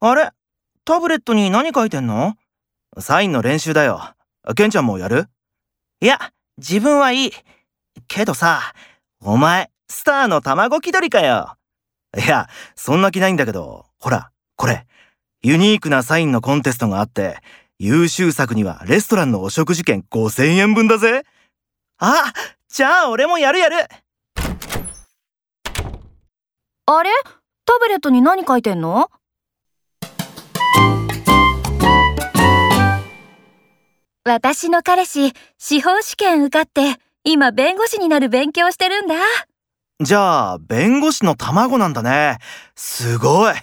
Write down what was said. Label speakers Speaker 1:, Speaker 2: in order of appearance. Speaker 1: あれタブレットに何書いてんの
Speaker 2: サインの練習だよ。ケンちゃんもやる
Speaker 3: いや、自分はいい。けどさ、お前、スターの卵気取りかよ。
Speaker 2: いや、そんな気ないんだけど、ほら、これ、ユニークなサインのコンテストがあって、優秀作にはレストランのお食事券5000円分だぜ。
Speaker 3: あ、じゃあ俺もやるやる。
Speaker 4: あれタブレットに何書いてんの
Speaker 5: 私の彼氏、司法試験受かって、今弁護士になる勉強してるんだ。
Speaker 2: じゃあ、弁護士の卵なんだね。すごい。